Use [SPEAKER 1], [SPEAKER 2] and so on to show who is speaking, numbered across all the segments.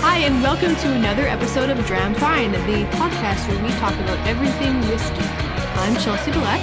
[SPEAKER 1] Hi, and welcome to another episode of Dram Fine, the podcast where we talk about everything whiskey. I'm Chelsea Black.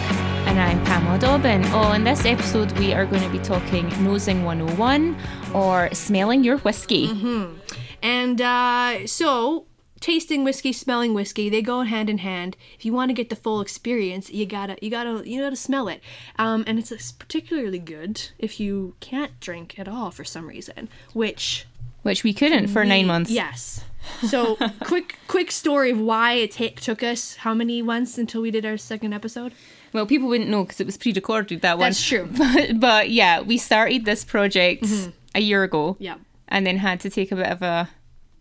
[SPEAKER 2] And I'm Pamela Dobbin. Oh, in this episode, we are going to be talking Nosing 101 or Smelling Your Whiskey.
[SPEAKER 1] Mm-hmm. And uh, so, tasting whiskey, smelling whiskey, they go hand in hand. If you want to get the full experience, you gotta, you gotta, you gotta smell it. Um, and it's it's particularly good if you can't drink at all for some reason, which
[SPEAKER 2] Which we couldn't for nine months.
[SPEAKER 1] Yes. So, quick, quick story of why it ta- took us how many months until we did our second episode?
[SPEAKER 2] Well, people wouldn't know because it was pre recorded, that one.
[SPEAKER 1] That's true. Mm-hmm.
[SPEAKER 2] But, but yeah, we started this project a year ago.
[SPEAKER 1] Yeah.
[SPEAKER 2] And then had to take a bit of a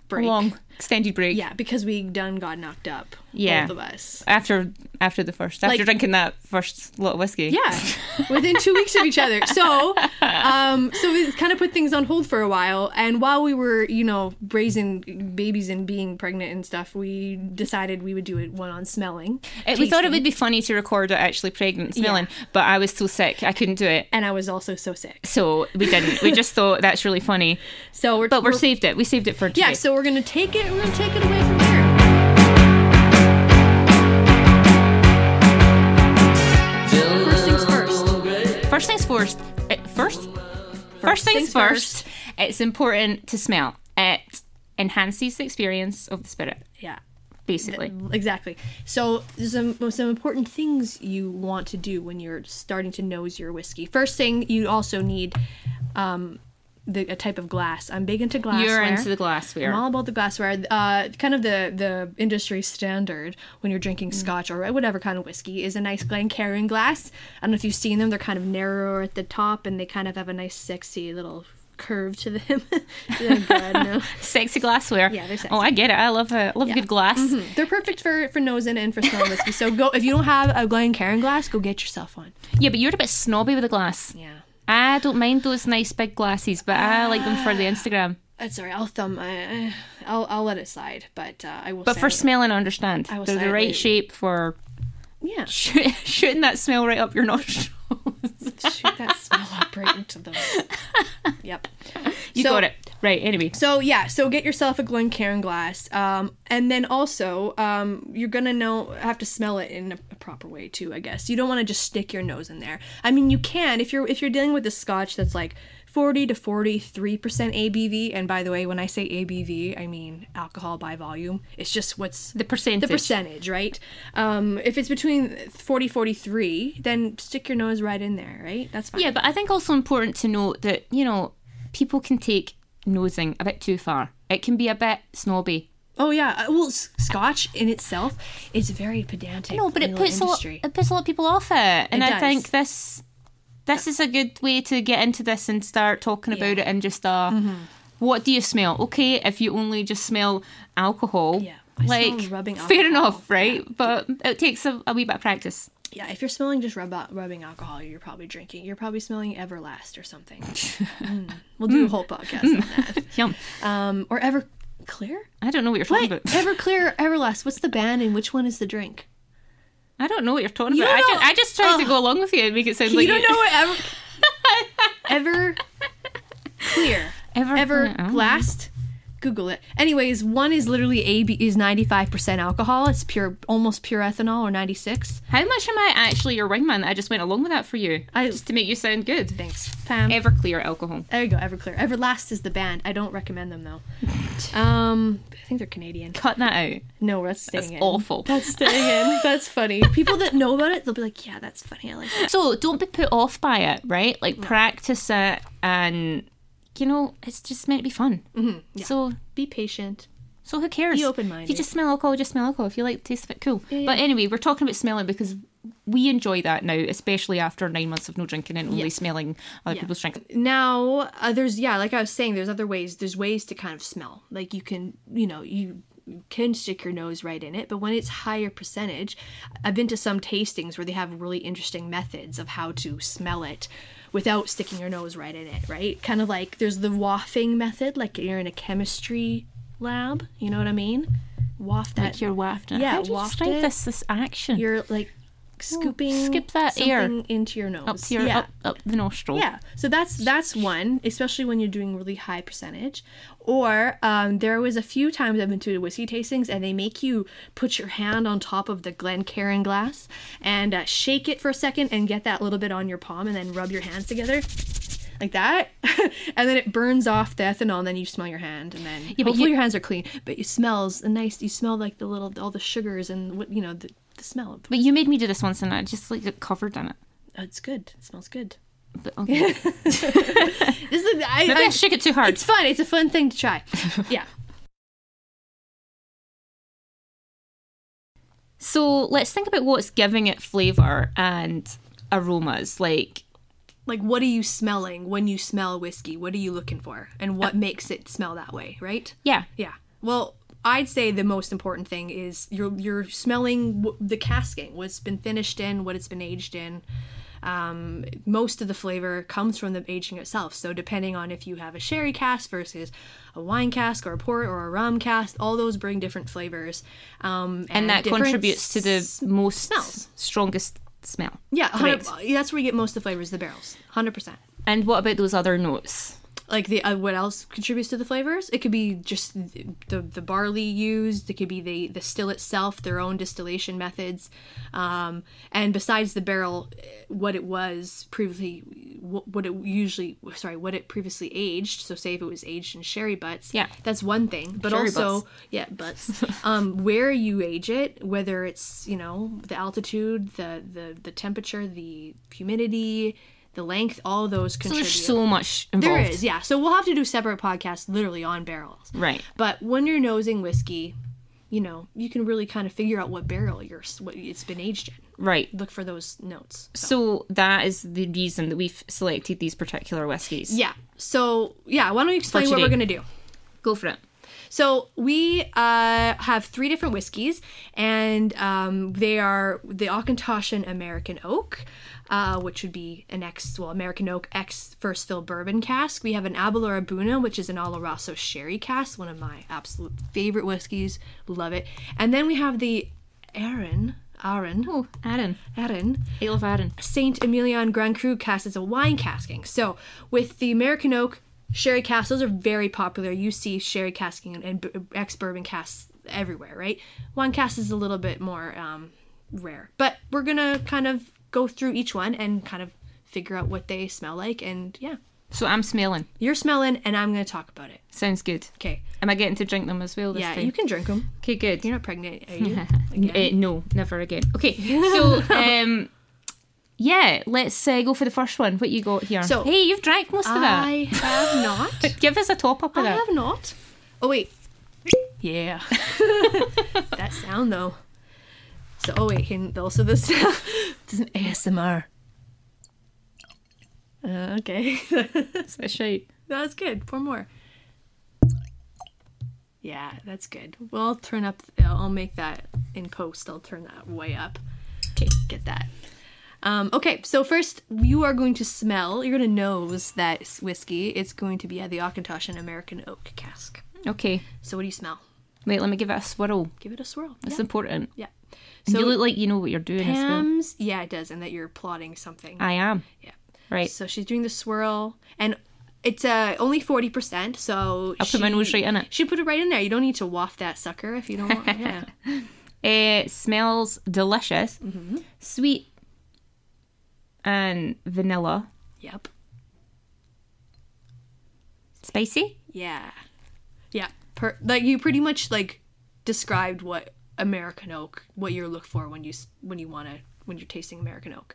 [SPEAKER 1] Break.
[SPEAKER 2] long, extended break.
[SPEAKER 1] Yeah, because we done got knocked up.
[SPEAKER 2] Yeah.
[SPEAKER 1] Both of us.
[SPEAKER 2] After after the first, after
[SPEAKER 1] Like-
[SPEAKER 2] drinking that first lot of whiskey.
[SPEAKER 1] Yeah. Within two weeks of each other. So um so we kind of put things on hold for a while and while we were, you know, raising babies and being pregnant and stuff, we decided we would do it one on smelling.
[SPEAKER 2] It- we thought it would be funny to record it actually pregnant smelling, but I was so sick, I couldn't do it.
[SPEAKER 1] and I was also so sick.
[SPEAKER 2] So we didn't. we just thought that's really funny.
[SPEAKER 1] So we're
[SPEAKER 2] But we're,
[SPEAKER 1] we're-
[SPEAKER 2] saved it. We saved it for today.
[SPEAKER 1] Yeah, so we're gonna take it. We're gonna take it away from there. First things first.
[SPEAKER 2] First things first. eh, First? First, things,
[SPEAKER 1] things
[SPEAKER 2] first, It's important to smell. It enhances the experience of the spirit,
[SPEAKER 1] Yeah,
[SPEAKER 2] basically.
[SPEAKER 1] exactly. So there's some some important things you want to do when you're starting to nose your whiskey. First thing you also need, um, the a type of glass. I'm big into glassware.
[SPEAKER 2] You're into the glassware.
[SPEAKER 1] I'm all about the glassware. Uh, kind of the the industry standard when you're
[SPEAKER 2] Mm.
[SPEAKER 1] drinking Scotch or whatever kind of whiskey is a nice Glencairn glass. I don't know if you've seen them. They're kind of narrower at the top and they kind of have a nice, sexy little curve to them. they're good. No?
[SPEAKER 2] sexy glassware.
[SPEAKER 1] Yeah, they're Mm-hmm.
[SPEAKER 2] Oh, I get it. I love it. I love good glass.
[SPEAKER 1] They're perfect for for nosing and for smelling whiskey. So go if you don't have a Glencairn glass, go get yourself one.
[SPEAKER 2] Yeah, but you're a bit snobby with the glass.
[SPEAKER 1] Yeah.
[SPEAKER 2] I don't mind those nice big glasses, but I like them for the
[SPEAKER 1] Ah.
[SPEAKER 2] Instagram.
[SPEAKER 1] That's all right. Uh, I'll thumb. I, I- I'll I'll let it slide, but uh, I will.
[SPEAKER 2] But for
[SPEAKER 1] silent-
[SPEAKER 2] smelling, I understand.
[SPEAKER 1] will
[SPEAKER 2] They're the
[SPEAKER 1] silently-
[SPEAKER 2] right shape for
[SPEAKER 1] yeah,
[SPEAKER 2] shoot, shooting that smell right up your nostrils.
[SPEAKER 1] shoot that smell up right into the. Yep.
[SPEAKER 2] you
[SPEAKER 1] So-
[SPEAKER 2] got it. Right, anyway.
[SPEAKER 1] So yeah, so get yourself a Glencairn glass, um, and then also um, you're gonna know have to smell it in a, a proper way too. I guess you don't want to just stick your nose in there. I mean, you can if you're if you're dealing with a Scotch that's like. 40 to 43% ABV. And by the way, when I say ABV, I mean alcohol by volume. It's just what's
[SPEAKER 2] The percentage.
[SPEAKER 1] the percentage right um, if it's between 40 43 then stick your nose right in there right that's fine
[SPEAKER 2] Yeah, but I think also important to note that, you know, people can take nosing a bit too far. It can be a bit snobby.
[SPEAKER 1] oh yeah Uh, well s- scotch in itself is very pedantic
[SPEAKER 2] No, but it
[SPEAKER 1] little
[SPEAKER 2] puts
[SPEAKER 1] industry.
[SPEAKER 2] a lot it puts a lot of people off it.
[SPEAKER 1] It
[SPEAKER 2] And I
[SPEAKER 1] does.
[SPEAKER 2] think this this is a good way to get into this and start talking about it and just uh
[SPEAKER 1] Mm-hmm.
[SPEAKER 2] what do you smell? Okay, if you only just smell alcohol.
[SPEAKER 1] Yeah, I smell
[SPEAKER 2] like
[SPEAKER 1] rubbing
[SPEAKER 2] fair
[SPEAKER 1] alcohol.
[SPEAKER 2] enough, right? But it takes a, a wee bit of practice.
[SPEAKER 1] yeah if you're smelling just rub- rubbing alcohol you're probably drinking you're probably smelling everlast or something Mm. we'll do a whole podcast on that
[SPEAKER 2] Yum.
[SPEAKER 1] um, or ever clear
[SPEAKER 2] I don't know what you're
[SPEAKER 1] what
[SPEAKER 2] talking about.
[SPEAKER 1] everclear everlast what's the band and which one is the drink
[SPEAKER 2] I don't know what you're talking
[SPEAKER 1] You
[SPEAKER 2] about. I
[SPEAKER 1] don't
[SPEAKER 2] just,
[SPEAKER 1] know-
[SPEAKER 2] I just tried to
[SPEAKER 1] Ugh.
[SPEAKER 2] go along with you and make it sound like
[SPEAKER 1] you don't know what ever ever clear
[SPEAKER 2] ever
[SPEAKER 1] ever
[SPEAKER 2] Oh.
[SPEAKER 1] glassed google it anyways one is literally ab is 95% alcohol it's pure almost pure ethanol or 96
[SPEAKER 2] How much am I actually your wingman? I just went along with that for you,
[SPEAKER 1] I-
[SPEAKER 2] just to make you sound good.
[SPEAKER 1] thanks pam
[SPEAKER 2] Everclear alcohol.
[SPEAKER 1] there you go everclear everlast is the band i don't recommend them though um i think they're canadian
[SPEAKER 2] Cut that out.
[SPEAKER 1] no that's staying
[SPEAKER 2] That's
[SPEAKER 1] in
[SPEAKER 2] awful.
[SPEAKER 1] that's staying in that's funny people that know about it they'll be like yeah that's funny i like that.
[SPEAKER 2] So don't be put off by it, right? Like
[SPEAKER 1] Mm.
[SPEAKER 2] practice it, and you know it's just meant to be fun. Mm-hmm. So
[SPEAKER 1] be patient
[SPEAKER 2] so who cares?
[SPEAKER 1] Be open-minded.
[SPEAKER 2] If you just smell alcohol, just smell alcohol. If you like the taste of it, cool. But anyway, we're talking about smelling because we enjoy that now, especially after nine months of no drinking and only smelling other people's drinks.
[SPEAKER 1] now uh, there's yeah like i was saying there's other ways there's ways to kind of smell like you can you know you can stick your nose right in it but when it's higher percentage i've been to some tastings where they have really interesting methods of how to smell it without sticking your nose right in it right kind of like there's the wafting method like you're in a chemistry lab you know what i mean waft that.
[SPEAKER 2] like you're wafting.
[SPEAKER 1] Yeah,
[SPEAKER 2] How do you
[SPEAKER 1] waft
[SPEAKER 2] describe
[SPEAKER 1] it.
[SPEAKER 2] this this action?
[SPEAKER 1] you're like scooping
[SPEAKER 2] skip that
[SPEAKER 1] something
[SPEAKER 2] air.
[SPEAKER 1] into your nose.
[SPEAKER 2] up to your
[SPEAKER 1] yeah.
[SPEAKER 2] up, up the nostril.
[SPEAKER 1] Yeah, so that's that's one, especially when you're doing really high percentage. Or um, there was a few times I've been to whiskey tastings, and they make you put your hand on top of the Glencairn glass and uh, shake it for a second and get that little bit on your palm, and then rub your hands together like that, and then it burns off the ethanol, and then you smell your hand, and then
[SPEAKER 2] but
[SPEAKER 1] hopefully
[SPEAKER 2] you-
[SPEAKER 1] your hands are clean, but it smells a nice. You smell like the little all the sugars and what you know the, the smell. of- oh,
[SPEAKER 2] But you made me do this once, and I just like got covered in it.
[SPEAKER 1] It's good. It smells good.
[SPEAKER 2] But okay.
[SPEAKER 1] This is I,
[SPEAKER 2] maybe I,
[SPEAKER 1] I-
[SPEAKER 2] shook it too hard.
[SPEAKER 1] It's fun. It's a fun thing to try. Yeah.
[SPEAKER 2] So let's think about what's giving it flavour and aromas. Like
[SPEAKER 1] Like, what are you smelling when you smell whiskey? What are you looking for? And what makes it smell that way, right?
[SPEAKER 2] yeah,
[SPEAKER 1] Yeah. Well, I'd say the most important thing is you're, you're smelling w- the casking, what's been finished in, what it's been aged in. Um, most of the flavor comes from the aging itself. So, depending on if you have a sherry cask versus a wine cask or a port or a rum cask, all those bring different flavors. Um,
[SPEAKER 2] and, that
[SPEAKER 1] different
[SPEAKER 2] contributes to the most
[SPEAKER 1] smells.
[SPEAKER 2] strongest smell.
[SPEAKER 1] Yeah, 100
[SPEAKER 2] Correct.
[SPEAKER 1] that's where you get most of the flavors, the barrels. 100%.
[SPEAKER 2] And what about those other notes?
[SPEAKER 1] Like the uh, what else contributes to the flavors? It could be just th- the the barley used. It could be the the still itself, their own distillation methods, um, and besides the barrel, eh, what it was previously, wh- what it usually sorry, what it previously aged. So say if it was aged in sherry butts,
[SPEAKER 2] Yeah.
[SPEAKER 1] that's one thing. But
[SPEAKER 2] Sherry
[SPEAKER 1] also,
[SPEAKER 2] butts.
[SPEAKER 1] yeah, butts. um, where you age it, whether it's you know the altitude, the the the temperature, the humidity. The length, all those
[SPEAKER 2] So
[SPEAKER 1] contribute.
[SPEAKER 2] there's so much
[SPEAKER 1] There
[SPEAKER 2] involved.
[SPEAKER 1] is, yeah. So we'll have to do separate podcasts literally on barrels.
[SPEAKER 2] Right.
[SPEAKER 1] But when you're nosing whiskey, you know, you can really kind of figure out what barrel you're what it's been aged in.
[SPEAKER 2] Right.
[SPEAKER 1] Look for those notes.
[SPEAKER 2] So that is the reason that we've selected these particular whiskies.
[SPEAKER 1] Yeah. So, yeah, why don't you explain what
[SPEAKER 2] today.
[SPEAKER 1] we're going to do?
[SPEAKER 2] Go for it.
[SPEAKER 1] So we uh, have three different whiskeys, and um, they are the Auchentoshan American Oak, uh, which would be an ex, well, American Oak ex First Fill Bourbon cask. We have an Abalora Buna, which is an Oloroso Sherry cask, one of my absolute favorite whiskeys. Love it. And then we have the Aaron, Aaron,
[SPEAKER 2] Oh, Aaron.
[SPEAKER 1] Aaron,
[SPEAKER 2] I love Aaron.
[SPEAKER 1] Saint Emilion Grand Cru cask is a wine casking. So with the American oak sherry casks, those are very popular. You see sherry casking and, and b- ex bourbon casks everywhere, right? Wine cask is a little bit more um, rare, but we're gonna kind of go through each one and kind of figure out what they smell like. And yeah,
[SPEAKER 2] So I'm smelling.
[SPEAKER 1] you're smelling, and I'm gonna talk about it.
[SPEAKER 2] Sounds good.
[SPEAKER 1] Okay.
[SPEAKER 2] Am I getting to drink them as well this
[SPEAKER 1] Yeah,
[SPEAKER 2] time?
[SPEAKER 1] you can drink them.
[SPEAKER 2] Okay, good.
[SPEAKER 1] You're not pregnant, are you?
[SPEAKER 2] Uh, no, never again. Okay, so um, yeah, let's uh, go for the first one. What you got here?
[SPEAKER 1] So-
[SPEAKER 2] hey, you've drank most of that.
[SPEAKER 1] I have not.
[SPEAKER 2] Give us a top up of
[SPEAKER 1] I
[SPEAKER 2] that.
[SPEAKER 1] have not. Oh wait. Yeah. that sound though. So oh wait, can also this this is an ASMR. Uh, okay.
[SPEAKER 2] That's a shite.
[SPEAKER 1] that's good. Four more. Yeah, that's good. Well, I'll turn up. I'll make that in post. I'll turn that way up.
[SPEAKER 2] Okay.
[SPEAKER 1] Get that. Um, okay, so first you are going to smell. You're going to nose that whiskey. It's going to be at the Auchentoshan American Oak cask.
[SPEAKER 2] Okay.
[SPEAKER 1] So what do you smell?
[SPEAKER 2] Wait, let me give it a swirl.
[SPEAKER 1] Give it a swirl.
[SPEAKER 2] It's
[SPEAKER 1] yeah.
[SPEAKER 2] important.
[SPEAKER 1] yeah.
[SPEAKER 2] you
[SPEAKER 1] So
[SPEAKER 2] look like you know what you're doing as well.
[SPEAKER 1] Pam's, yeah, it does, and that you're plotting something.
[SPEAKER 2] I am.
[SPEAKER 1] yeah.
[SPEAKER 2] Ah, Right.
[SPEAKER 1] So she's doing the swirl, and it's uh, only forty percent. So
[SPEAKER 2] I put my nose right in it.
[SPEAKER 1] She put it right in there. You don't need to waft that sucker if you don't want. Yeah.
[SPEAKER 2] Eh, It smells delicious,
[SPEAKER 1] Mm-hmm.
[SPEAKER 2] sweet, and vanilla.
[SPEAKER 1] yep.
[SPEAKER 2] Spicy?
[SPEAKER 1] Yeah. Yeah. Per- like you pretty much like described what American oak, what you're look for when you s- when you want to when you're tasting American oak.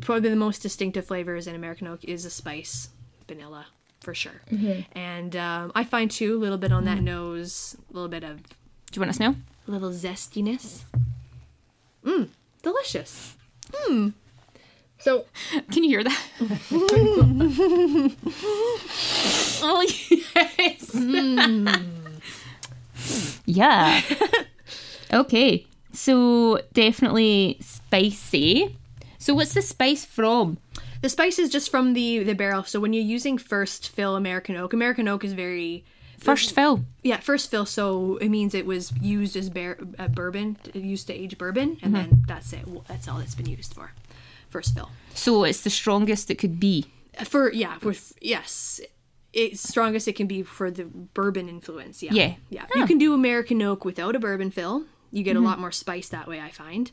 [SPEAKER 1] Probably the most distinctive flavors in American oak is a spice, vanilla for sure. And um, I find too a little bit on that nose, a little bit of
[SPEAKER 2] Do you want to smell?
[SPEAKER 1] little zestiness. Mmm, delicious. Mmm. So
[SPEAKER 2] Can you hear that? oh yes. yeah. okay. So definitely spicy. So what's the spice from?
[SPEAKER 1] The spice is just from the the barrel. So when you're using first fill American oak, American oak is very
[SPEAKER 2] First fill.
[SPEAKER 1] Yeah, first fill. So it means it was used as bar- uh, bourbon, it used to age bourbon, and then that's it. Well, that's all it's been used for. First fill.
[SPEAKER 2] So it's the strongest it could be.
[SPEAKER 1] For yeah, for, yes, it's strongest it can be for the bourbon influence. Yeah,
[SPEAKER 2] Yeah.
[SPEAKER 1] yeah. You can do American oak without a bourbon fill. You get a lot more spice that way. I find.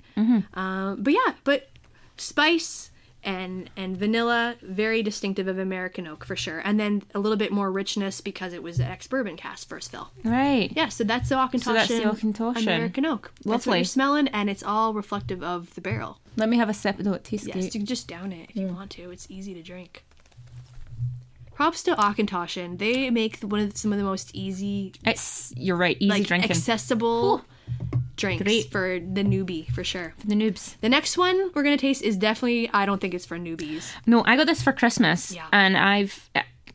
[SPEAKER 1] Um, but yeah, but spice and and vanilla very distinctive of American oak for sure, and then a little bit more richness because it was an ex bourbon cast first fill.
[SPEAKER 2] Right.
[SPEAKER 1] Yeah, so that's the Auchentoshan,
[SPEAKER 2] that's the Auchentoshan.
[SPEAKER 1] American oak. That's what
[SPEAKER 2] Lovely.
[SPEAKER 1] you're smelling, and it's all reflective of the barrel.
[SPEAKER 2] Let me have a sip. though. it tastes
[SPEAKER 1] Yes,
[SPEAKER 2] great. Mm.
[SPEAKER 1] you can just down it if you want to. It's easy to drink. Props to Auchentoshan. They make one of some of the most easy,
[SPEAKER 2] It's you're right. Easy
[SPEAKER 1] like
[SPEAKER 2] drinking
[SPEAKER 1] accessible drinks
[SPEAKER 2] Great.
[SPEAKER 1] for the newbie for sure.
[SPEAKER 2] for the noobs.
[SPEAKER 1] The next one we're gonna taste is definitely. I don't think it's for newbies.
[SPEAKER 2] No, I got this for Christmas,
[SPEAKER 1] Yeah.
[SPEAKER 2] and I've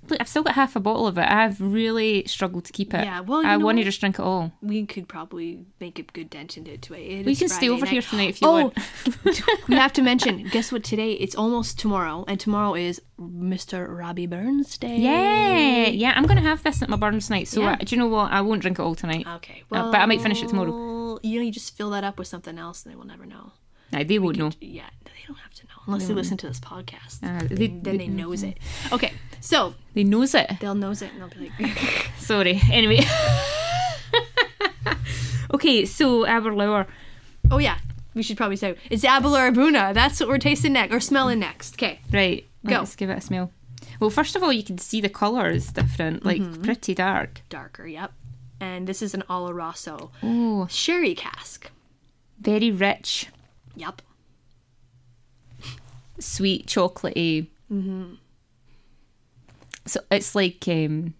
[SPEAKER 2] look, I've still got half a bottle of it. I've really struggled to keep it.
[SPEAKER 1] Yeah, well, you
[SPEAKER 2] I
[SPEAKER 1] know
[SPEAKER 2] want to
[SPEAKER 1] what?
[SPEAKER 2] just drink it all.
[SPEAKER 1] We could probably make a good dent into it today. It
[SPEAKER 2] We
[SPEAKER 1] is
[SPEAKER 2] can stay
[SPEAKER 1] Friday
[SPEAKER 2] over
[SPEAKER 1] night.
[SPEAKER 2] here tonight if you
[SPEAKER 1] Oh,
[SPEAKER 2] want.
[SPEAKER 1] we have to mention. Guess what? Today it's almost tomorrow, and tomorrow is Mr. Robbie Burns Day.
[SPEAKER 2] Yeah, yeah. I'm gonna have this at my Burns night. So
[SPEAKER 1] Yeah.
[SPEAKER 2] uh, do you know what? I won't drink it all tonight.
[SPEAKER 1] Okay. Well,
[SPEAKER 2] Uh, but I might finish it tomorrow.
[SPEAKER 1] You know, you just fill that up with something else, and they will never know.
[SPEAKER 2] Nah, they won't know.
[SPEAKER 1] Yeah, they don't have to know unless they listen to this podcast.
[SPEAKER 2] Mm. Uh,
[SPEAKER 1] they,
[SPEAKER 2] they- Mm-hmm.
[SPEAKER 1] then they knows it. Okay, so
[SPEAKER 2] They knows it.
[SPEAKER 1] they'll knows it, and they'll be like,
[SPEAKER 2] Sorry. Anyway. okay, so Aberlour.
[SPEAKER 1] "Oh yeah." We should probably say it's Abelor Abuna. That's what we're tasting next or smelling next. Okay.
[SPEAKER 2] Right.
[SPEAKER 1] Go.
[SPEAKER 2] Let's give it a smell. Well, first of all, you can see the colour is different, like
[SPEAKER 1] Mm-hmm.
[SPEAKER 2] pretty dark.
[SPEAKER 1] Darker, yep. And this is an Oloroso
[SPEAKER 2] Oh,
[SPEAKER 1] sherry cask.
[SPEAKER 2] very rich,
[SPEAKER 1] Yep.
[SPEAKER 2] sweet, chocolatey. Mm-hmm. So it's like um,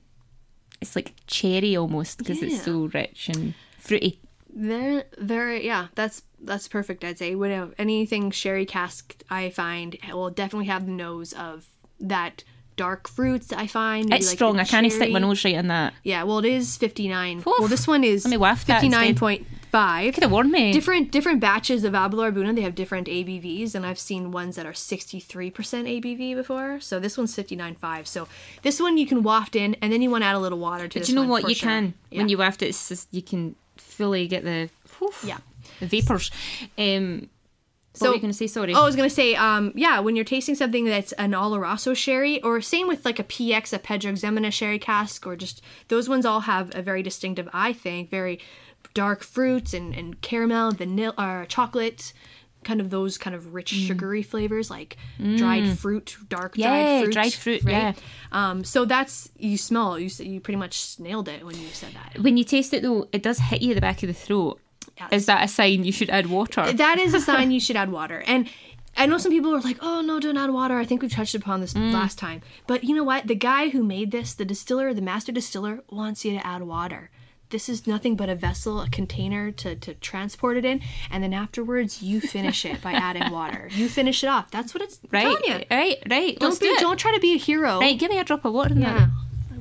[SPEAKER 2] it's like cherry almost because
[SPEAKER 1] Yeah.
[SPEAKER 2] it's so rich and fruity.
[SPEAKER 1] They're they're yeah, that's that's perfect. I'd say whatever anything sherry cask I find will definitely have the nose of that dark fruits I find. maybe
[SPEAKER 2] It's
[SPEAKER 1] like
[SPEAKER 2] strong.
[SPEAKER 1] the
[SPEAKER 2] I can't stick my
[SPEAKER 1] cherry.
[SPEAKER 2] nose right in that.
[SPEAKER 1] Yeah, well it is fifty nine.
[SPEAKER 2] Oof.
[SPEAKER 1] Well, this one is
[SPEAKER 2] Let me waft that
[SPEAKER 1] fifty
[SPEAKER 2] instead.
[SPEAKER 1] nine point five.
[SPEAKER 2] Could have warned me.
[SPEAKER 1] Different different batches of Abelard Buna, they have different ABVs, and I've seen ones that are sixty three percent ABV before. So this one's fifty nine five. So this one you can waft in, and then you want to add a little water to.
[SPEAKER 2] But
[SPEAKER 1] this
[SPEAKER 2] you know
[SPEAKER 1] one,
[SPEAKER 2] what?
[SPEAKER 1] for
[SPEAKER 2] You
[SPEAKER 1] sure.
[SPEAKER 2] can
[SPEAKER 1] Yeah.
[SPEAKER 2] when you waft it. It's just you can fully get the oof,
[SPEAKER 1] Yeah.
[SPEAKER 2] the vapors. Um, what
[SPEAKER 1] So-
[SPEAKER 2] were you going to say? Sorry.
[SPEAKER 1] Oh, I was gonna say, um, yeah, when you're tasting something that's an Oloroso sherry, or same with like a PX, a Pedro Xemena sherry cask, or just those ones all have a very distinctive, I think, very dark fruits and, and caramel, vanilla, or chocolate, kind of those kind of
[SPEAKER 2] Mm.
[SPEAKER 1] rich sugary flavors, like dried fruit, dark dried
[SPEAKER 2] Yeah,
[SPEAKER 1] fruit,
[SPEAKER 2] dried fruit, yeah.
[SPEAKER 1] Um, so that's you smell. You s- you pretty much nailed it when you said that.
[SPEAKER 2] When you taste it though, it does hit you in the back of the throat.
[SPEAKER 1] Yeah.
[SPEAKER 2] Is that a sign you should add water?
[SPEAKER 1] that is a sign you should add water. And I know some people are like, "Oh no, don't add water." I think we've touched upon this
[SPEAKER 2] Mm.
[SPEAKER 1] last time. But you know what? The guy who made this, the distiller, the master distiller, wants you to add water. This is nothing but a vessel, a container to, to transport it in, and then afterwards you finish it by adding water. You finish it off. That's what it's right.
[SPEAKER 2] Right,
[SPEAKER 1] telling you.
[SPEAKER 2] right, right.
[SPEAKER 1] Don't
[SPEAKER 2] Let's
[SPEAKER 1] be,
[SPEAKER 2] do it.
[SPEAKER 1] don't try to be a hero.
[SPEAKER 2] Right, give me a drop of water in
[SPEAKER 1] Yeah.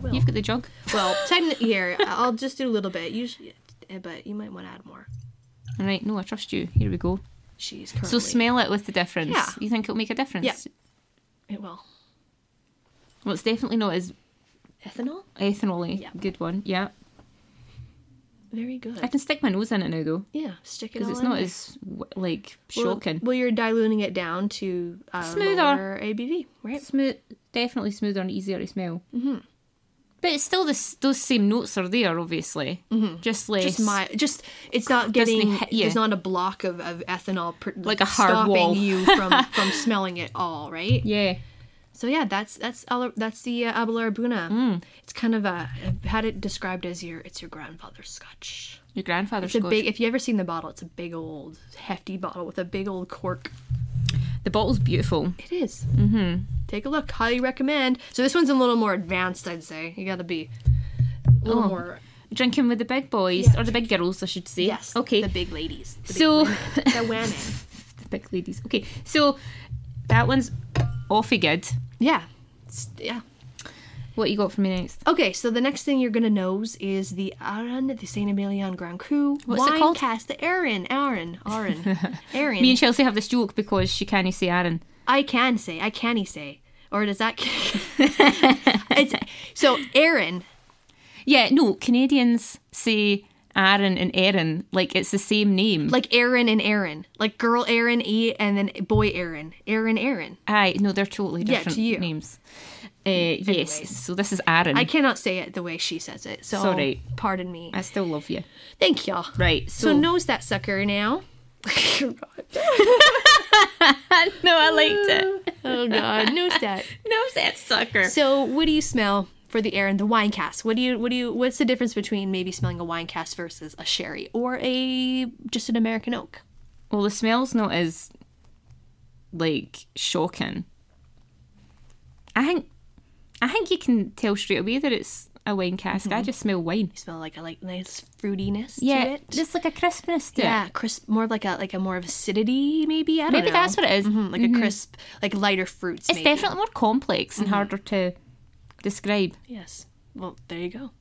[SPEAKER 2] that. You've got the jug.
[SPEAKER 1] Well, technically, here I'll just do a little bit. Usually, but you might want to add more.
[SPEAKER 2] All right, no, I trust you. Here we go.
[SPEAKER 1] She's currently
[SPEAKER 2] So smell it with the difference.
[SPEAKER 1] Yeah.
[SPEAKER 2] You think it'll make a difference?
[SPEAKER 1] Yeah. it will
[SPEAKER 2] Well, it's definitely not as
[SPEAKER 1] ethanol.
[SPEAKER 2] ethanoly.
[SPEAKER 1] Yeah.
[SPEAKER 2] Good one. Yeah.
[SPEAKER 1] Very good.
[SPEAKER 2] I can stick my nose in it now though,
[SPEAKER 1] Yeah, stick it
[SPEAKER 2] because
[SPEAKER 1] all
[SPEAKER 2] it's
[SPEAKER 1] in
[SPEAKER 2] not
[SPEAKER 1] there.
[SPEAKER 2] as w- like
[SPEAKER 1] Well-
[SPEAKER 2] shocking.
[SPEAKER 1] Well, you're diluting it down to uh,
[SPEAKER 2] Smoother.
[SPEAKER 1] lower ABV, right?
[SPEAKER 2] smooth, definitely smoother and easier to smell. Mm-hmm. But it's still this, those same notes are there, obviously. Mm-hmm. Just less.
[SPEAKER 1] Just my, just it's not
[SPEAKER 2] Doesn't
[SPEAKER 1] getting.
[SPEAKER 2] hit you.
[SPEAKER 1] There's not a block of, of ethanol pr-
[SPEAKER 2] Like a hard
[SPEAKER 1] stopping
[SPEAKER 2] wall.
[SPEAKER 1] you from from smelling it all, right?
[SPEAKER 2] yeah.
[SPEAKER 1] So yeah, that's that's all, that's the uh, Abelard Buna.
[SPEAKER 2] Mm.
[SPEAKER 1] It's kind of a I've had it described as your it's your grandfather's scotch.
[SPEAKER 2] Your grandfather's
[SPEAKER 1] It's a
[SPEAKER 2] got
[SPEAKER 1] big. If you ever seen the bottle, it's a big old hefty bottle with a big old cork.
[SPEAKER 2] The bottle's beautiful.
[SPEAKER 1] It is. Mm-hmm. Take a look. Highly recommend. So this one's a little more advanced, I'd say. You got to be a little
[SPEAKER 2] Oh.
[SPEAKER 1] more
[SPEAKER 2] Drinking with the big boys, or the big girls, I should say.
[SPEAKER 1] Yes.
[SPEAKER 2] Okay.
[SPEAKER 1] The big ladies. The
[SPEAKER 2] so,
[SPEAKER 1] big women, the women.
[SPEAKER 2] the big ladies. Okay. So, that one's awfully good.
[SPEAKER 1] yeah. It's- yeah.
[SPEAKER 2] What you got for me next?
[SPEAKER 1] Okay, so the next thing you're gonna nose is the Aran, the Saint Emilion Grand Cru
[SPEAKER 2] What's it
[SPEAKER 1] wine
[SPEAKER 2] called?
[SPEAKER 1] cast, the Aran, Aran, Aran, Aran.
[SPEAKER 2] Me and Chelsea have this joke because she can't say Aaron.
[SPEAKER 1] I can say, I canny say, or does that? it's so Aran.
[SPEAKER 2] Yeah, no, Canadians say Aaron and Erin like it's the same name.
[SPEAKER 1] Like Aaron and Aaron, like girl Aaron E, and then boy Aaron, Aaron Aaron.
[SPEAKER 2] Aye, no, they're totally
[SPEAKER 1] Yeah,
[SPEAKER 2] different
[SPEAKER 1] to you.
[SPEAKER 2] names. Uh, yes, so this is Aaron.
[SPEAKER 1] I
[SPEAKER 2] I,
[SPEAKER 1] cannot say it the way she says it, so
[SPEAKER 2] Sorry.
[SPEAKER 1] pardon me.
[SPEAKER 2] still love you.
[SPEAKER 1] Thank y'all.
[SPEAKER 2] Right,
[SPEAKER 1] So,
[SPEAKER 2] so,
[SPEAKER 1] knows that sucker now. Oh,
[SPEAKER 2] no, I liked it.
[SPEAKER 1] oh God, knows that.
[SPEAKER 2] No, that sucker.
[SPEAKER 1] So, what do you smell for the Aaron, the wine cast? What do you, what do you, what's the difference between maybe smelling a wine cast versus a sherry or a just an American oak?
[SPEAKER 2] Well, the smell's not as like shocking. I think, I think you can tell straight away that it's a wine cask. I just smell wine.
[SPEAKER 1] You smell like a like nice fruitiness to
[SPEAKER 2] Yeah,
[SPEAKER 1] it.
[SPEAKER 2] just like a crispness to it.
[SPEAKER 1] yeah, crisp, more of like a like a more of acidity maybe. I don't
[SPEAKER 2] Maybe
[SPEAKER 1] know.
[SPEAKER 2] that's what it is.
[SPEAKER 1] Mhm, like a crisp, like lighter fruits.
[SPEAKER 2] It's
[SPEAKER 1] maybe.
[SPEAKER 2] definitely more complex and harder to describe.
[SPEAKER 1] Yes. Well, there you go.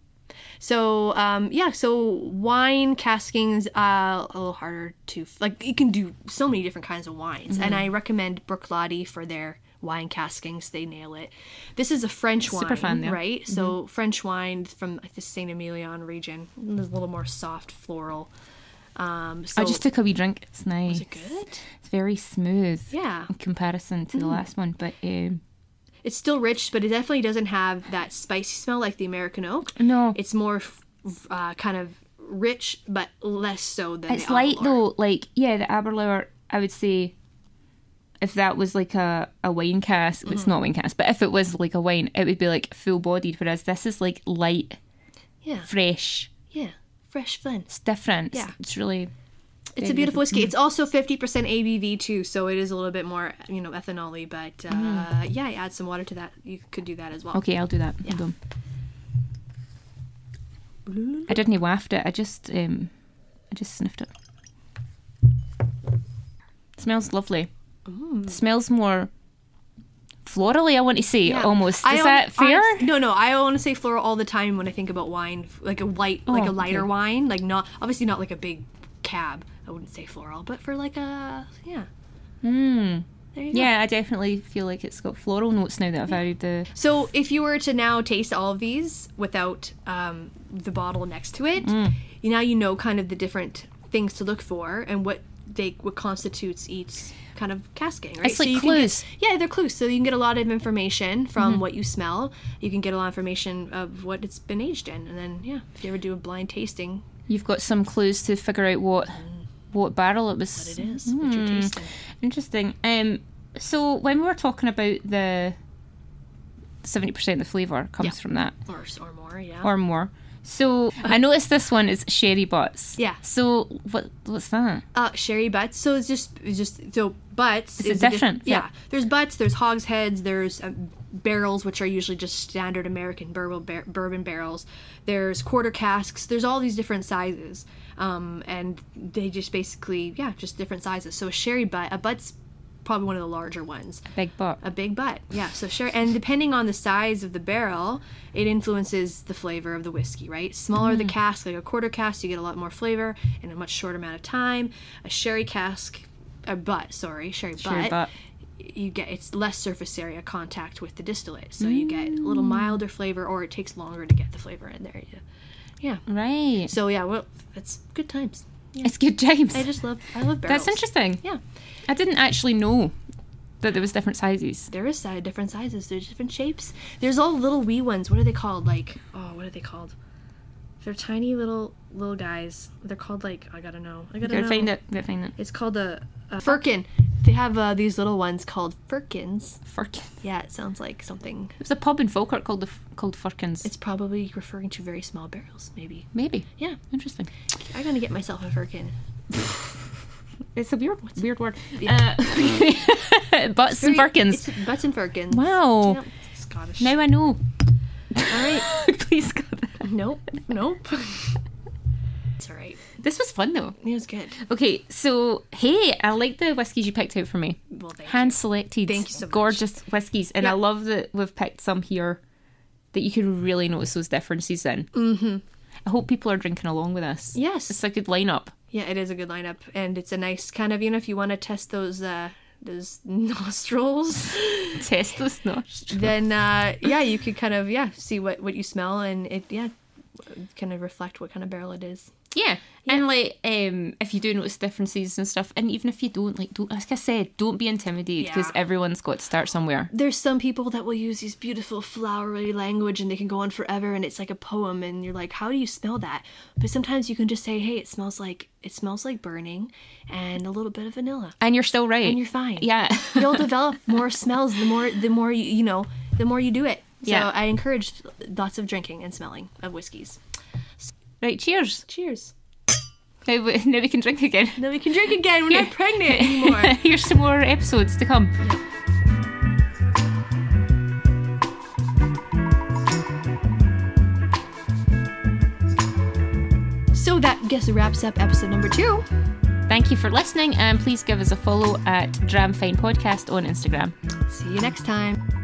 [SPEAKER 1] So, um, yeah, so wine casking's uh, a little harder to, like, you can do so many different kinds of wines. And
[SPEAKER 2] Mm-hmm.
[SPEAKER 1] I recommend Brooklotti for their wine caskings. They nail it. This is a French wine,
[SPEAKER 2] fun, yeah. Mm-hmm.
[SPEAKER 1] right? So, French wine from the St. Emilion region. There's a little more soft, floral. Um, so,
[SPEAKER 2] I just took a wee drink. It's nice.
[SPEAKER 1] good.
[SPEAKER 2] It's very smooth
[SPEAKER 1] Yeah.
[SPEAKER 2] in comparison to the last one, but um,
[SPEAKER 1] It's still rich, but it definitely doesn't have that spicy smell like the American oak.
[SPEAKER 2] no, it's,
[SPEAKER 1] it's more f- f- uh, kind of rich but less so than the
[SPEAKER 2] light
[SPEAKER 1] Avalor.
[SPEAKER 2] though. Like yeah, the Aberlour, I would say. If that was like a, a wine cask, it's not wine cask, but if it was like a wine, it would be like full bodied, whereas this is like light,
[SPEAKER 1] yeah
[SPEAKER 2] fresh.
[SPEAKER 1] yeah fresh blend
[SPEAKER 2] It's different. It's-
[SPEAKER 1] Yeah.
[SPEAKER 2] It's really
[SPEAKER 1] it's a beautiful whiskey
[SPEAKER 2] Mm-hmm.
[SPEAKER 1] it's also 50% abv too so it is a little bit more you know ethanoly but uh, yeah add some water to that you could do that as well
[SPEAKER 2] Mm-hmm. okay, I'll do that. Hold on. I didn't waft it, I just um I just sniffed it. Smells lovely. Smells more florally, I want to say,
[SPEAKER 1] Yeah.
[SPEAKER 2] almost. Is
[SPEAKER 1] I
[SPEAKER 2] that
[SPEAKER 1] hon-
[SPEAKER 2] fair?
[SPEAKER 1] honest- no, no. I want to say floral all the time when I think about wine, like a light, like
[SPEAKER 2] Oh,
[SPEAKER 1] a lighter
[SPEAKER 2] okay.
[SPEAKER 1] wine, like not obviously not like a big cab. I wouldn't say floral, but for like a yeah. There you go.
[SPEAKER 2] Hmm. yeah, I definitely feel like it's got floral notes now that I've added the
[SPEAKER 1] So if you were to now taste all of these without um, the bottle next to it,
[SPEAKER 2] Mm.
[SPEAKER 1] you now you know kind of the different things to look for and what they what constitutes each kind of casking, right?
[SPEAKER 2] It's like
[SPEAKER 1] you can get-
[SPEAKER 2] clues. Mm-hmm.
[SPEAKER 1] yeah, they're clues. So you can get a lot of information from what you smell. You can get a lot of information of what it's been aged in, and then yeah, if you ever do a blind tasting,
[SPEAKER 2] you've got some clues to figure out what what barrel it was
[SPEAKER 1] it is what you're tasting.
[SPEAKER 2] Hmm. Interesting. Um, so when we were talking about the seventy percent of the flavour comes
[SPEAKER 1] Yeah. Uh-huh.
[SPEAKER 2] from that
[SPEAKER 1] Or, s- or more, yeah.
[SPEAKER 2] or more. So I noticed this one is sherry butts.
[SPEAKER 1] Yeah.
[SPEAKER 2] So what what's that?
[SPEAKER 1] Uh, sherry butts. So it's just, it's just so butts.
[SPEAKER 2] it
[SPEAKER 1] is a diff-
[SPEAKER 2] different?
[SPEAKER 1] yeah.
[SPEAKER 2] Yeah.
[SPEAKER 1] There's butts. There's hogsheads. There's um, barrels, which are usually just standard American bourbon, bar- bourbon barrels. There's quarter casks. There's all these different sizes, um, and they just basically, yeah, just different sizes. So a sherry butt, a butt's probably one of the larger ones.
[SPEAKER 2] Big butt.
[SPEAKER 1] A big butt, yeah. So sure, and depending on the size of the barrel, it influences the flavor of the whiskey, right? Smaller
[SPEAKER 2] Mm-hmm.
[SPEAKER 1] the cask, like a quarter cask, you get a lot more flavor in a much shorter amount of time. A sherry cask, a butt, sorry, sherry butt,
[SPEAKER 2] Sherry butt.
[SPEAKER 1] you get it's less surface area contact with the distillate, so you get a
[SPEAKER 2] Mm.
[SPEAKER 1] little milder flavor, or it takes longer to get the flavor in there. Yeah, yeah.
[SPEAKER 2] Right.
[SPEAKER 1] So yeah, well, it's good times.
[SPEAKER 2] It's good James.
[SPEAKER 1] I just love, I love barrels.
[SPEAKER 2] That's interesting.
[SPEAKER 1] Yeah.
[SPEAKER 2] I didn't actually know that there was different sizes.
[SPEAKER 1] there is uh, different sizes. There's different shapes. There's all little wee ones. What are they called? Like, oh, what are they called? They're tiny little little guys. They're called like I gotta know. I gotta,
[SPEAKER 2] Gotta
[SPEAKER 1] know.
[SPEAKER 2] find it. Gotta find it.
[SPEAKER 1] It's called a, a firkin. They have uh, these little ones called firkins.
[SPEAKER 2] Firkin.
[SPEAKER 1] Yeah, it sounds like something.
[SPEAKER 2] There's a pub in Falkirk called the F- called Firkins.
[SPEAKER 1] It's probably referring to very small barrels, maybe.
[SPEAKER 2] Maybe.
[SPEAKER 1] Yeah,
[SPEAKER 2] Interesting.
[SPEAKER 1] I gotta get myself a firkin.
[SPEAKER 2] It's a weird weird word. Uh, butts
[SPEAKER 1] Very-
[SPEAKER 2] and Firkins.
[SPEAKER 1] It's butts and firkins.
[SPEAKER 2] Wow.
[SPEAKER 1] Yep, Scottish.
[SPEAKER 2] Now I know.
[SPEAKER 1] All right.
[SPEAKER 2] Please God.
[SPEAKER 1] Nope. Nope. it's all right.
[SPEAKER 2] This was fun though.
[SPEAKER 1] It was good.
[SPEAKER 2] Okay, so hey, I like the whiskies you picked out for me.
[SPEAKER 1] Well, thank you.
[SPEAKER 2] Hand selected.
[SPEAKER 1] Thank you so much.
[SPEAKER 2] Gorgeous whiskies. And I
[SPEAKER 1] Yeah.
[SPEAKER 2] love that we've picked some here that you can really notice those differences in. Mm-hmm. I hope people are drinking along with us.
[SPEAKER 1] Yes.
[SPEAKER 2] It's a good lineup.
[SPEAKER 1] Yeah, it is a good lineup, and it's a nice kind of you know if you want to test those uh, those nostrils,
[SPEAKER 2] Test those nostrils.
[SPEAKER 1] then uh, yeah, you could kind of yeah see what what you smell, and it yeah kind of reflect what kind of barrel it is.
[SPEAKER 2] Yeah. And like, um, if you do notice differences and stuff, and even if you don't, like, don't, like I said, don't be intimidated because
[SPEAKER 1] Yeah.
[SPEAKER 2] everyone's got to start somewhere.
[SPEAKER 1] There's some people that will use these beautiful flowery language and they can go on forever and it's like a poem and you're like, how do you smell that? But sometimes you can just say, hey, it smells like it smells like burning and a little bit of vanilla.
[SPEAKER 2] And you're still right.
[SPEAKER 1] and you're fine.
[SPEAKER 2] Yeah.
[SPEAKER 1] You'll develop more smells the more the more you you know the more you do it. So
[SPEAKER 2] Yeah.
[SPEAKER 1] I encourage lots of drinking and smelling of whiskeys.
[SPEAKER 2] right. Cheers.
[SPEAKER 1] Cheers.
[SPEAKER 2] Now we, now we can drink again.
[SPEAKER 1] Then we can drink again. We're not pregnant anymore.
[SPEAKER 2] Here's some more episodes to come.
[SPEAKER 1] so that guess wraps up episode number two.
[SPEAKER 2] Thank you for listening, and please give us a follow at Dram Fine Podcast on Instagram.
[SPEAKER 1] See you next time.